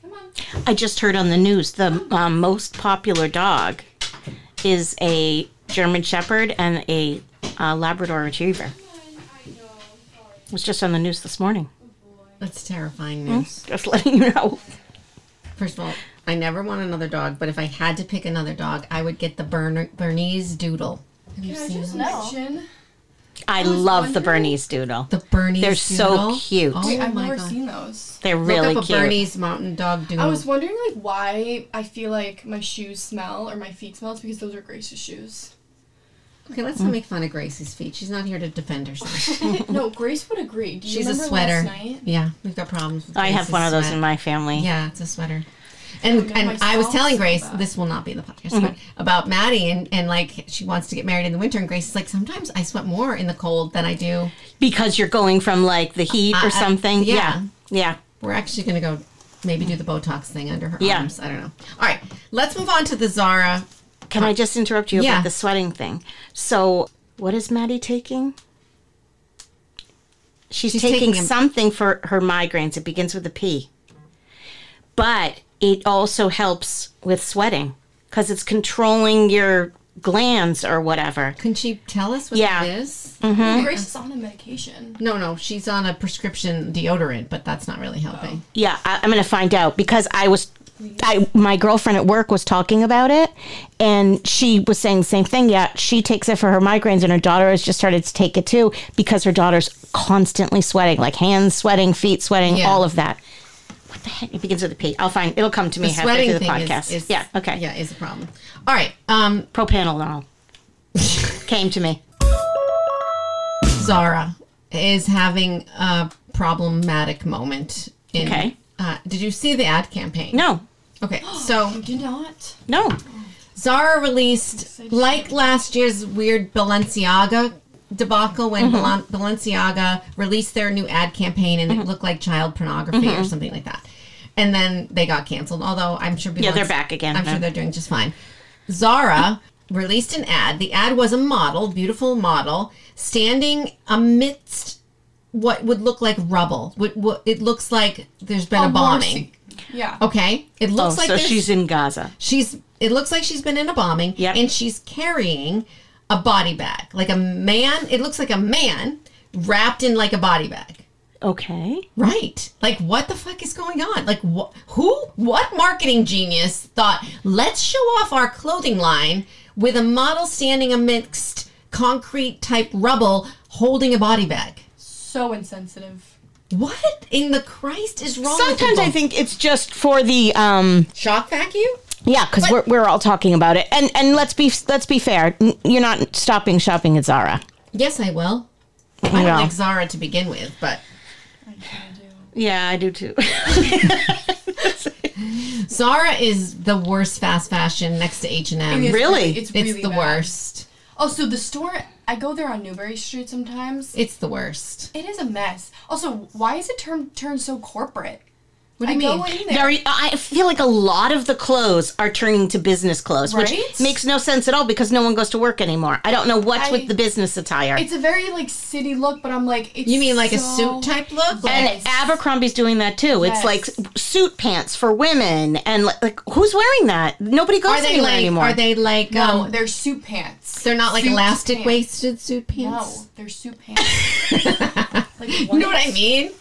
Come on.
I just heard on the news the um, most popular dog is a German Shepherd and a uh, Labrador Retriever. It was just on the news this morning.
That's terrifying news.
Just letting you know.
First of all, I never want another dog, but if I had to pick another dog, I would get the Bern- Bernese Doodle. Have you
Can I
seen
just
them?
No.
mention?
I
was
love the
wondering-
Bernese Doodle.
The Bernese
They're so
Doodle?
cute.
Oh
Wait, I've
my
never
god.
seen those.
They're
Look
really
up
cute.
a Bernese mountain dog doodle.
I was wondering like why I feel like my shoes smell or my feet smell. It's because those are Grace's shoes.
okay, let's not
Mm.
make fun of Gracie's feet. She's not here to defend herself.
no, Grace would agree. Do you
She's a
remember
sweater.
last night?
Yeah, we've got problems. With
I have
Grace's
one of those
sweat.
in my family.
Yeah, it's a sweater. And
gonna
and I was
myself
telling
some
Grace,
of that.
this will not be in the podcast,
Mm-hmm.
but about Maddie and, and like she wants to get married in the winter and Grace is like, Sometimes I sweat more in the cold than I do.
Because you're going from like the heat
I- I-
or something.
Uh, yeah.
yeah. Yeah.
We're actually gonna go Maybe do the Botox thing under her
Yeah.
arms. I don't know. All right, let's move on to the Zara.
Can I just interrupt you
Yeah.
about the sweating thing? So, what is Maddie taking? She's,
She's
taking,
taking a-
something for her migraines. It begins with a P. But it also helps with sweating because it's controlling your glands or whatever.
Can she tell us what
Yeah.
it is?
Grace is on a medication.
No, no, she's on a prescription deodorant, but that's not really helping.
Yeah, I, I'm gonna find out because I was, I my girlfriend at work was talking about it, and she was saying the same thing. Yeah, she takes it for her migraines, and her daughter has just started to take it too because her daughter's constantly sweating, like hands sweating, feet sweating,
Yeah.
all of that. What the heck? It begins with a P. I'll find. It'll come to me
The
halfway
sweating
through the
thing
podcast.
is, is
yeah. Okay.
Yeah, is a problem. All right, um,
Propanolol came to me.
Zara is having a problematic moment. In,
Okay.
Uh, did you see the ad campaign?
No.
Okay, so
You did not.
No.
Zara released like last year's weird Balenciaga debacle when
Mm-hmm.
Balen- Balenciaga released their new ad campaign and
Mm-hmm.
it looked like child pornography or something like that. And then they got canceled. Although I'm sure Balenciaga,
Yeah, they're back again,
I'm sure
yeah.
they're doing just fine. Zara released an ad. The ad was a model, beautiful model, standing amidst what would look like rubble. What, what it looks like there's been a, bombing.
Morsi- Yeah.
Okay, it looks
oh,
like
so
there's-
she's in Gaza.
She's. It looks like she's been in a bombing,
Yep.
and she's carrying a body bag, like a man. It looks like a man wrapped in like a body bag.
Okay.
Right. Like, what the fuck is going on? Like, wh- who, what marketing genius thought, let's show off our clothing line with a model standing amidst concrete type rubble holding a body bag?
So insensitive.
What in the Christ is wrong with
Sometimes
people?
I think it's just for the um.
Shock vacuum?
Yeah, because we're, we're all talking about it, and and let's be let's be fair. N- You're not stopping shopping at Zara.
Yes, I will. I
Yeah.
don't like Zara to begin with, but.
I kinda do.
Yeah, I do too.
Zara is the worst fast fashion next to H and M.
It's
Really?
It's,
It's
really
the
bad.
worst.
Also, the store. I go there on Newberry Street sometimes.
It's the worst.
It is a mess. Also, why is it turned turned so corporate?
What do
I
you
go
mean?
in there.
Very, I feel like a lot of the clothes are turning to business clothes, which
Right?
makes no sense at all because no one goes to work anymore. I don't know what's
I-
with the business attire.
It's a very like city look, but I'm like. It's
You mean like a
so-
suit type look? Like-
and Abercrombie's doing that too.
Yes.
It's like suit pants for women, and like, like, who's wearing that? Nobody goes
are they
anywhere
like?
anymore.
Are they like?
No,
um,
they're suit pants.
They're not like
Suit
elastic
pants.
waisted suit
No,
pants.
they're suit pants. like
You know what I mean?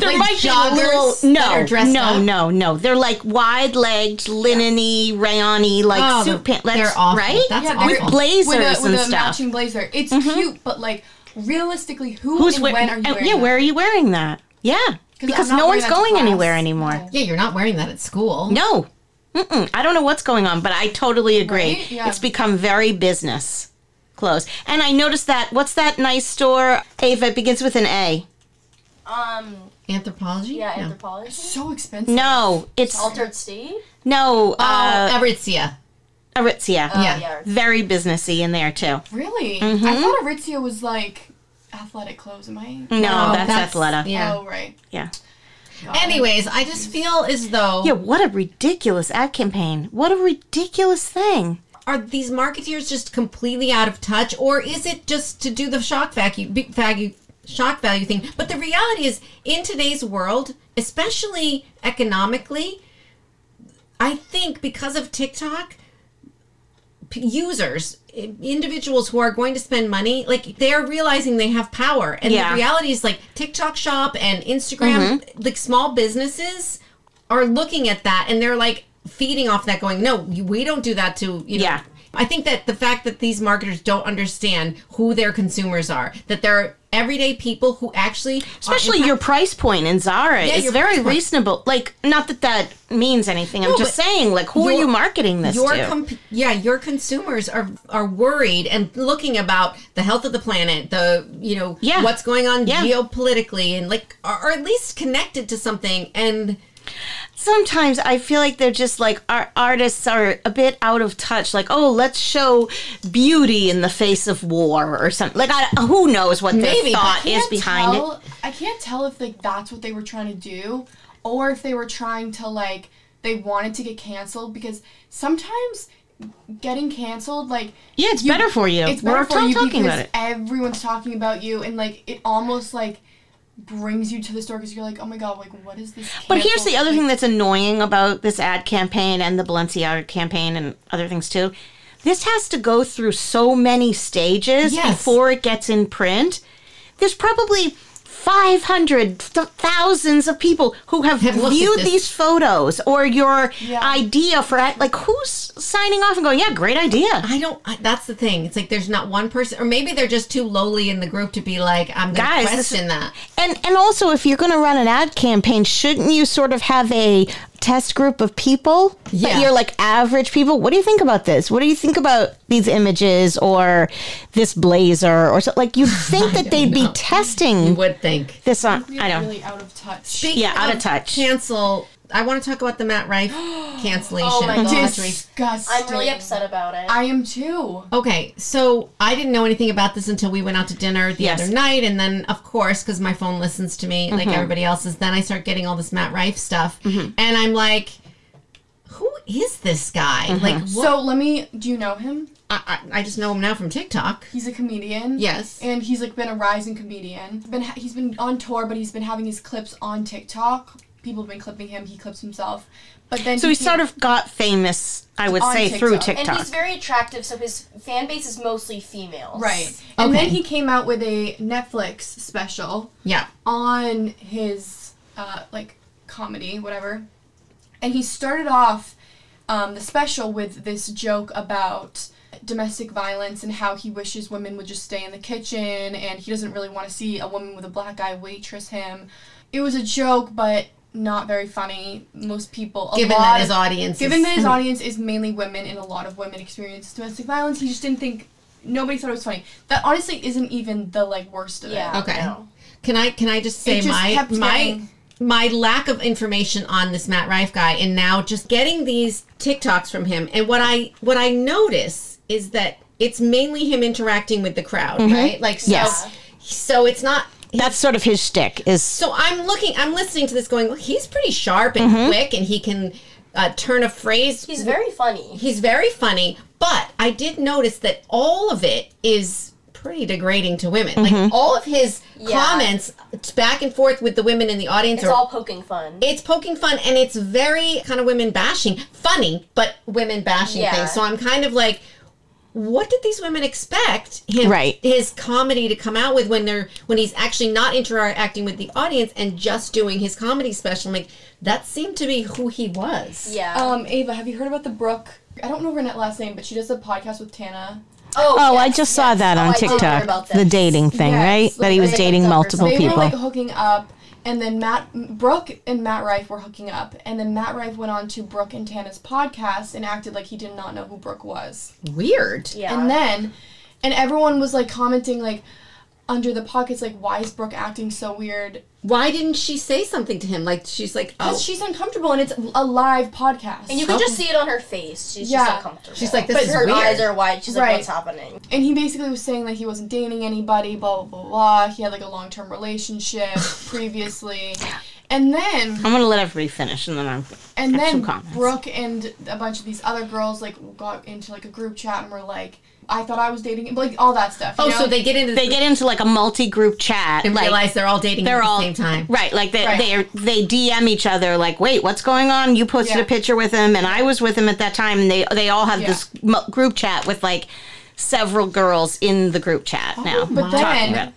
there
like
might be
joggers
little
that are
no
dressed
no
up?
no no they're like wide-legged lineny rayony like
Oh,
suit pants
they're awful.
right
That's
Yeah, they're-
awful.
blazers
with a, with
and
a
stuff Mm-hmm.
matching blazer. It's cute, but like realistically, who
who's
and
wearing
when are you
and-
wearing?
yeah
that?
where are you wearing that yeah because
I'm not
no
wearing
one's
that to
going
class.
anywhere anymore
No.
Yeah, you're not wearing that at school.
no Mm-mm. i don't know what's going on but i totally agree
Right? Yeah.
it's become very business clothes and i noticed that what's that nice store ava it begins with an a
Um,
Anthropology.
yeah,
No.
anthropology.
So expensive.
no it's
Altered state?
no
Oh,
uh
Aritzia.
aritzia
Uh.
Oh,
Yeah.
yeah.
very businessy in there too
Really? I
Mm-hmm.
thought Aritzia was like athletic clothes. Am I?
No, that's, Athleta. Mm, Yeah.
Yeah.
Oh right.
Anyways, I just feel as though
what a ridiculous ad campaign. What a ridiculous thing.
are these marketeers just completely out of touch, or is it just to do the shock vacuum, big vacu shock value thing? But the reality is, in today's world, especially economically, I think because of TikTok, p- users, i- individuals who are going to spend money, like they're realizing they have power. And
Yeah.
the reality is, like TikTok Shop and Instagram, like small businesses are looking at that and they're like feeding off that, going, "No, you- we don't do that to you." Know.
Yeah.
I think that the fact that these marketers don't understand who their consumers are, that they're everyday people who actually, are
Especially your price point in Zara
Yeah,
is
your
very
price point.
reasonable. Like, not that that means anything. I'm
No,
just
but
saying, like, who are
your-
you marketing this
your
to?
comp- yeah your consumers are are worried and looking about the health of the planet the you know
Yeah.
what's going on
Yeah.
geopolitically and like are, are at least connected to something and
Sometimes I feel like they're just like our artists are a bit out of touch. Like, oh, let's show beauty in the face of war or something. Like, I, who knows what their
Maybe, but
thought
I
is
can't
behind it.
tell- I can't tell if like that's what they were trying to do, or if they were trying to like they wanted to get canceled because sometimes getting canceled like
Yeah, it's
you-
better for you.
it's
We're
better for
all
you
talking about
because
it.
everyone's talking about you and like it almost like brings you to the store because you're like oh my god like what is this
But here's
canceled-
the other
like,
thing that's annoying about this ad campaign and the Balenciaga campaign and other things too. This has to go through so many stages
Yes.
before it gets in print. There's probably 500 th- thousands of people who have,
Have looked at
viewed
this.
these photos or your
Yeah.
idea for ad- like who's signing off and going, "Yeah, great idea."
I don't. I, that's the thing. It's like there's not one person, or maybe they're just too lowly in the group to be like, I'm going
Guys,
to
this
question that.
And and also if you're going to run an ad campaign, shouldn't you sort of have a test group of people?
Yeah.
That you're like average people. What do you think about this? What do you think about these images or this blazer or so like you think that they'd be
know. You
testing
would think.
this on
we are
I know.
really out of touch
Yeah, out of touch.
Cancel. I want to talk about the Matt Rife cancellation.
Oh my God.
Audrey.
disgusting
I'm really upset about it.
I am too
Okay, so I didn't know anything about this until we went out to dinner the
Yes. Mm-hmm.
other night, and then of course, because my phone listens to me like everybody else's, then I start getting all this Matt Rife stuff, and I'm like, "Who is this guy?"
Mm-hmm.
Like, what?
so let me do you know him
I, I I just know him now from TikTok.
he's a comedian
Yes.
and he's like been a rising comedian. Been ha- he's been on tour, but he's been having his clips on TikTok. People have been clipping him. He clips himself, but then
So he
came-
sort of got famous, I would
On
say, through
TikTok.
TikTok.
and he's very attractive, so his fan base is mostly females.
right, and
Okay.
then he came out with a Netflix special
Yeah,
on his uh, like comedy, whatever. And he started off um, the special with this joke about domestic violence and how he wishes women would just stay in the kitchen and he doesn't really want to see a woman with a black eye waitress him. It was a joke, but not very funny. Most people, a
given
lot
that
of-
his audience,
given
is,
that his audience is mainly women and a lot of women experience domestic violence, he just didn't think nobody thought it was funny. That honestly isn't even the like worst of it.
Yeah.
Okay.
no.
Can I can I just say
It just
my
kept
my
getting-
my lack of information on this Matt Rife guy and now just getting these TikToks from him and what I what I notice is that it's mainly him interacting with the crowd,
Mm-hmm.
right? Like so,
Yes.
so it's not
That's sort of his shtick is
so I'm looking I'm listening to this going, well, he's pretty sharp and
Mm-hmm.
quick and he can uh, turn a phrase
He's very funny.
he's very funny, but I did notice that all of it is pretty degrading to women. Like all of his
Yeah.
comments it's back and forth with the women in the audience
It's
are
all poking fun.
it's poking fun and it's very kind of women bashing. Funny, but women bashing
Yeah.
things. So I'm kind of like what did these women expect him
Right.
his comedy to come out with when they're when he's actually not interacting with the audience and just doing his comedy special? I'm like that seemed to be who he was.
yeah.
Oh.
Um, Ava, have you heard about the Brooke? I don't know her net last name, but she does a podcast with Tana.
oh,
Oh, I
yes,
just saw
yes.
that
Oh,
on
I did hear about
TikTok.
this.
The dating thing,
Yes,
right? That he
like,
was
I think
dating
it's up or
multiple
something.
They
people.
were like hooking up, and then Matt, Brooke, and Matt Rife were hooking up, and then Matt Rife went on to Brooke and Tana's podcast and acted like he did not know who Brooke was,
Weird.
Yeah.
and then, and everyone was like commenting like, under the pockets like, why is Brooke acting so weird?
Why didn't she say something to him? Like she's like, oh,
Because she's uncomfortable, and it's a live podcast.
and you can just see it on her face. She's
Yeah.
just uncomfortable.
She's like, this
but
is
her
weird.
eyes are wide. She's
Right.
like, what's happening?
and he basically was saying that he wasn't dating anybody, blah blah blah blah. He had like a long term relationship previously, and then
I'm gonna let everybody finish, and then I'm.
and
Have some
then
comments.
Brooke and a bunch of these other girls like got into like a group chat and were like, "I thought I was dating," like all that stuff. you
oh,
know?
so they get into
They get into like a multi-group chat,
and
like,
realize they're all dating
they're
at the
all
same time.
Right, like they
Right.
they they DM each other like, "Wait, what's going on? You posted
Yeah.
a picture with him and I was with him at that time." And they they all have
Yeah.
this mo- group chat with like several girls in the group chat now.
but
talking
then
about. it.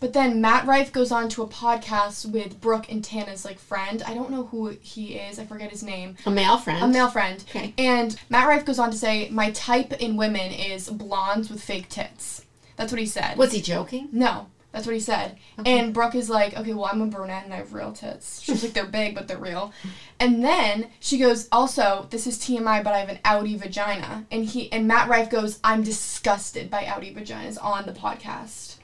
but then Matt Rife goes on to a podcast with Brooke and Tana's like friend. I don't know who he is. I forget his name.
A male friend.
A male friend.
Okay.
And Matt Rife goes on to say, "My type in women is blondes with fake tits." That's what he said.
Was he joking?
No, that's what he said. And Brooke is like, okay, well, I'm a brunette and I have real tits. She's like, they're big, but they're real. And then she goes, also, this is TMI, but I have an outie vagina. And he and Matt Rife goes, I'm disgusted by outie vaginas on the podcast.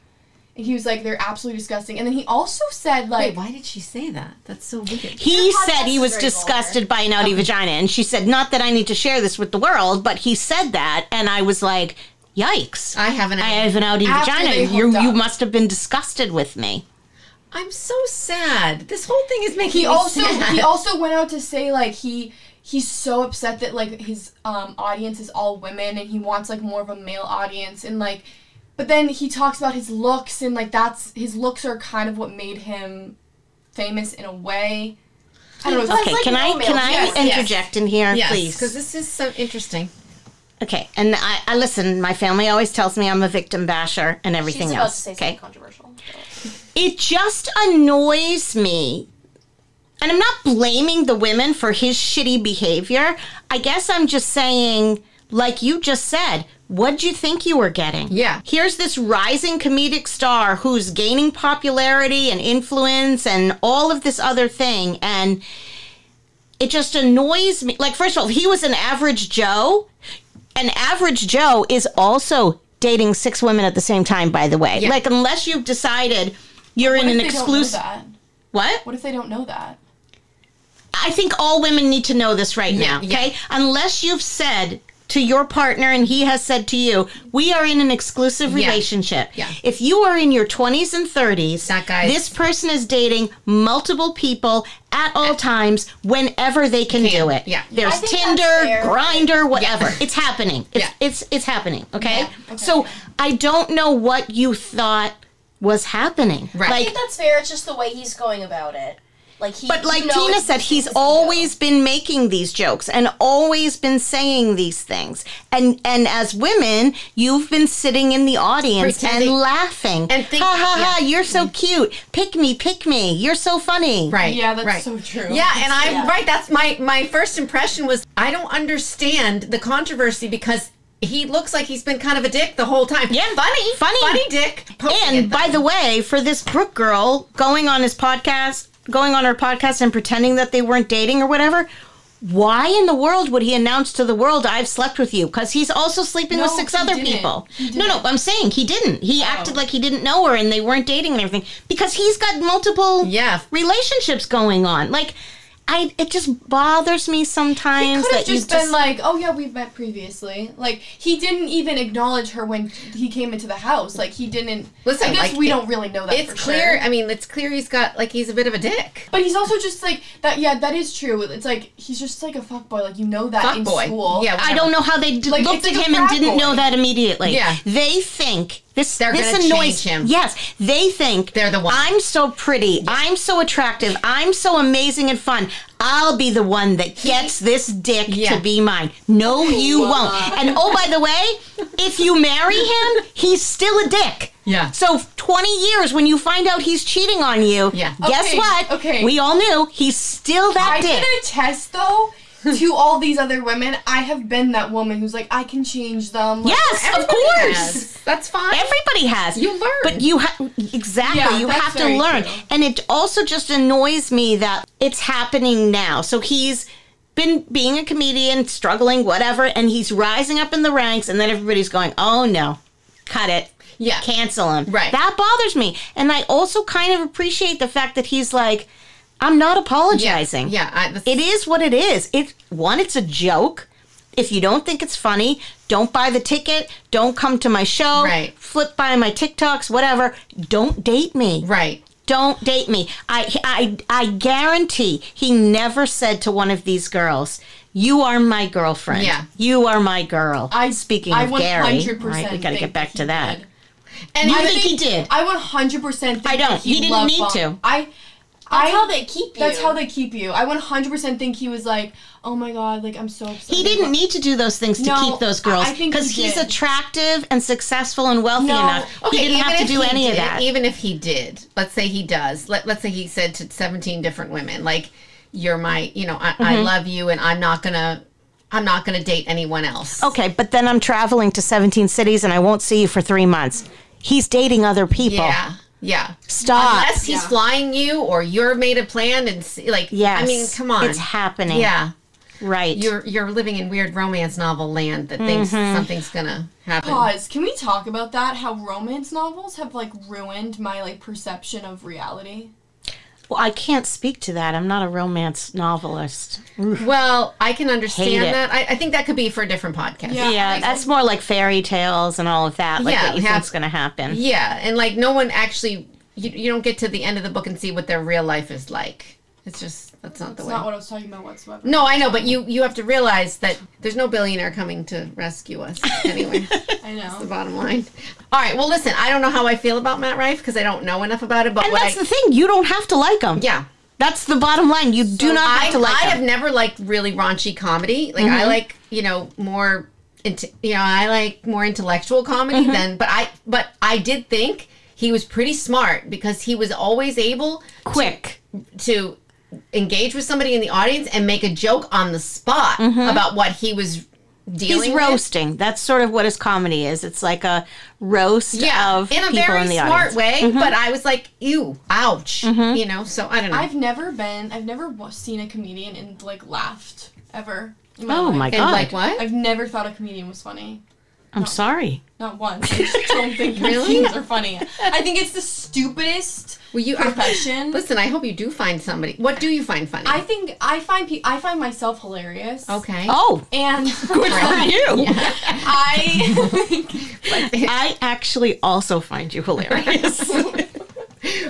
And he was like, they're absolutely disgusting. And then he also said, like,
Wait, why did she say that? That's so weird.
He
podcast
said he
is
was
very
disgusted by an outie vagina, and she said, "Not that I need to share this with the world, but he said that," and I was like, "Yikes!
I haven't.
I have an outie
After
vagina.
they
You
hooked
you
up.
must have been disgusted with me."
I'm so sad. This whole thing is making
he
me
also
sad.
he also went out to say like he he's so upset that like his um audience is all women and he wants like more of a male audience and like but then he talks about his looks and like that's his looks are kind of what made him famous in a way. I don't know.
Okay,
like
can I
romance.
can I
Yes,
yes.
interject in here,
yes,
please?
because this is so interesting.
Okay, and I, I listen. My family always tells me I'm a victim basher and
She's
everything
about
else.
to say
okay,
something controversial.
it just annoys me. And I'm not blaming the women for his shitty behavior. I guess I'm just saying, like you just said, what'd you think you were getting?
Yeah.
Here's this rising comedic star who's gaining popularity and influence and all of this other thing. And it just annoys me. Like, first of all, if he was an average Joe. An average Joe is also dating six women at the same time, by the way.
Yeah.
Like, unless you've decided you're in
What
an
if they don't know
exclusive.
that?
What?
What if they don't know that?
I think all women need to know this right now,
yeah.
okay? Unless you've said to your partner and he has said to you, we are in an exclusive
Yeah.
relationship.
Yeah.
If you are in your 20s and 30s,
That guy-
this person is dating multiple people at all times whenever they can, do it.
yeah.
I
There's
think that's
Tinder,
fair.
Grinder, whatever. It's happening. It's,
Yeah.
it's it's happening, okay?
okay.
So I don't know what you thought was happening.
Right.
I
Like
think that's fair. It's just the way he's going about it. Like he,
but like
you know,
Tina
it's-
said, he's
it's a no.
always been making these jokes and always been saying these things. And and as women, you've been sitting in the audience
Pretending-
and laughing
and think-
ha ha ha, you're so cute. Pick me, pick me. You're so funny.
Right.
Yeah, that's
right.
so true.
Yeah, and I
Yeah.
right. That's my my first impression was I don't understand the controversy because he looks like he's been kind of a dick the whole time.
Yeah.
funny,
Funny.
funny dick. poking
And
at them.
by the way, for this Brooke girl going on his podcast, going on her podcast and pretending that they weren't dating or whatever, why in the world would he announce to the world I've slept with you? Because he's also sleeping
No,
with six
he
other
didn't.
people.
He
No, no,
didn't. Oh.
I'm saying he didn't. He acted like he didn't know her and they weren't dating and everything because he's got multiple
Yeah.
relationships going on. Like, I it just bothers me sometimes
Could have
that you
just been like, oh yeah, we've met previously. Like he didn't even acknowledge her when he came into the house. Like he didn't.
Listen,
I guess
like,
we
it-
don't really know that.
it's
for
clear.
Sure.
I mean, it's clear he's got like he's a bit of a dick.
But he's also just like that. Yeah, that is true. It's like he's just like a fuckboy. Like you know that in
Fuckboy.
school.
Yeah,
I don't know how they d-
Like,
looked at
it's like a
him and
frat
didn't
boy.
know that immediately.
Yeah.
They think this
They're
this
gonna change
annoys
him.
Yes, they think
They're the one.
I'm so pretty. I'm so attractive. I'm so amazing and fun. I'll be the one that gets this dick
Yeah. Oh,
to be mine. No, you won't. And oh, by the way, if you marry him, he's still a dick.
Yeah.
So 20 years when you find out he's cheating on you,
Yeah.
guess
Okay,
what?
okay.
We all knew he's still that
I
dick.
did attest though to all these other women. I have been that woman who's like, I can change them. Like,
Yes, of
Everybody
course.
has. That's fine.
Everybody has.
You learn.
But you have exactly.
Yeah,
you
that's
have to
very
learn.
true.
And it also just annoys me that it's happening now. So he's been being a comedian, struggling, whatever, and he's rising up in the ranks, and then everybody's going, "Oh no, cut it."
Yeah.
Cancel him.
Right.
That bothers me. And I also kind of appreciate the fact that he's like, I'm not apologizing.
Yeah, I, that's,
It is what it is. It one, it's a joke. If you don't think it's funny, don't buy the ticket. Don't come to my show.
Right.
Flip by my TikToks, whatever. Don't date me.
right.
Don't date me. I I I guarantee he never said to one of these girls, "You are my girlfriend.
Yeah.
You are my girl."
I-
Speaking
I
of Gary,
100%
right? We got to get
think
back
he
to that.
did.
And
You
I
think he did?
I 100 percent.
I don't. He didn't need to.
I. I,
That's how they keep you.
That's how they keep you. I 100% think he was like, oh my god, like I'm so upset.
He didn't need to do those things to
No,
keep those
I-
girls
I think
because
he
he's
did.
attractive and successful and wealthy
No.
enough.
Okay,
he didn't
even
have to
if
do
he
any of
did-
that.
Even if he did, let's say he does. Let, let's say he said to 17 different women, like, you're my, you know, I, I
Mm-hmm.
love you and I'm not going to, I'm not going to date anyone else.
Okay, but then I'm traveling to 17 cities and I won't see you for three months. He's dating other people.
Yeah. Yeah.
Stop.
Unless he's
Yeah.
flying you or you're made a plan and see, like,
yes.
I mean, come on.
It's happening.
yeah.
Right.
You're, you're living in weird romance novel land that thinks
Mm-hmm.
something's going to happen.
Pause. Can we talk about that? How romance novels have like ruined my like perception of reality.
well, I can't speak to that. I'm not a romance novelist.
Well, I can understand
it.
that. I, I think that could be for a different podcast.
Yeah.
Yeah, that's more like fairy tales and all of that, like
Yeah,
what you
hap-
think's going to happen.
Yeah, and like no one actually you, you don't get to the end of the book and see what their real life is like. It's just that's not
That's
the way.
not what I was talking about whatsoever.
no, I know, but you you have to realize that there's no billionaire coming to rescue us anyway.
I
the
know.
bottom line. All right. Well, listen, I don't know how I feel about Matt Rife because I don't know enough about it. But
And
what
that's
I,
the thing. You don't have to like them.
yeah,
That's the bottom line. You do not
I,
have to like
I have
them.
never liked really raunchy comedy. Like I like you know more, inte- you know I like more intellectual comedy than. But I but I did think he was pretty smart because he was always able
Quick.
to engage with somebody in the audience and make a joke on the spot about what he was dealing
He's
with.
roasting. That's sort of what his comedy is. It's like a roast of
in Mm-hmm. a
people
very
in the
smart
audience.
way. But I was like, ew, ouch, you know. So Mm-hmm. I don't know.
I've never been. I've never wa- seen a comedian and like laughed ever. in my
Oh
life.
my
and
god!
like what?
I've never thought a comedian was funny.
I'm sorry.
Not once. I just don't think comedians are funny. I think it's the stupidest
Well, you
profession.
listen, I hope you do find somebody. What do you find funny?
I think I find pe- I find myself hilarious.
okay.
Oh,
And
good for you.
I
I actually also find you hilarious.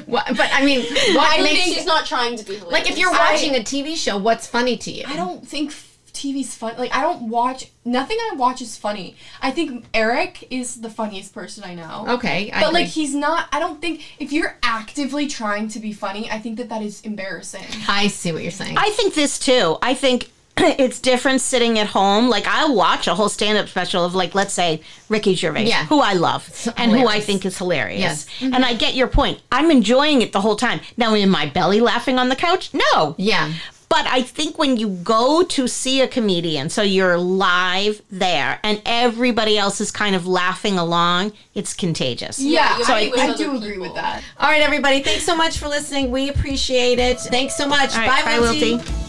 What, but I mean, what
I
makes
think
you,
she's not trying to be hilarious.
like if you're
I-
watching a TV show, what's funny to you?
I don't think f- TV's fun. Like I don't watch nothing I watch is funny. I think Eric is the funniest person I know.
Okay, I
But like
agree.
he's not. I don't think if you're actively trying to be funny, I think that that is embarrassing.
I see what you're saying.
I think this too. I think it's different sitting at home. Like I watch a whole stand-up special of like let's say Ricky Gervais,
Yeah.
who I love and who I
hilarious.
think is hilarious.
Yes. Mm-hmm.
And I get your point. I'm enjoying it the whole time. Now in my belly laughing on the couch? No.
yeah,
But I think when you go to see a comedian, so you're live there and everybody else is kind of laughing along, it's contagious.
Yeah,
you
so I,
agree with
I
other
do agree
people.
with that.
All right, everybody. Thanks so much for listening. We appreciate it. Thanks so much.
All right, bye,
bye, Wilty.
Wilty.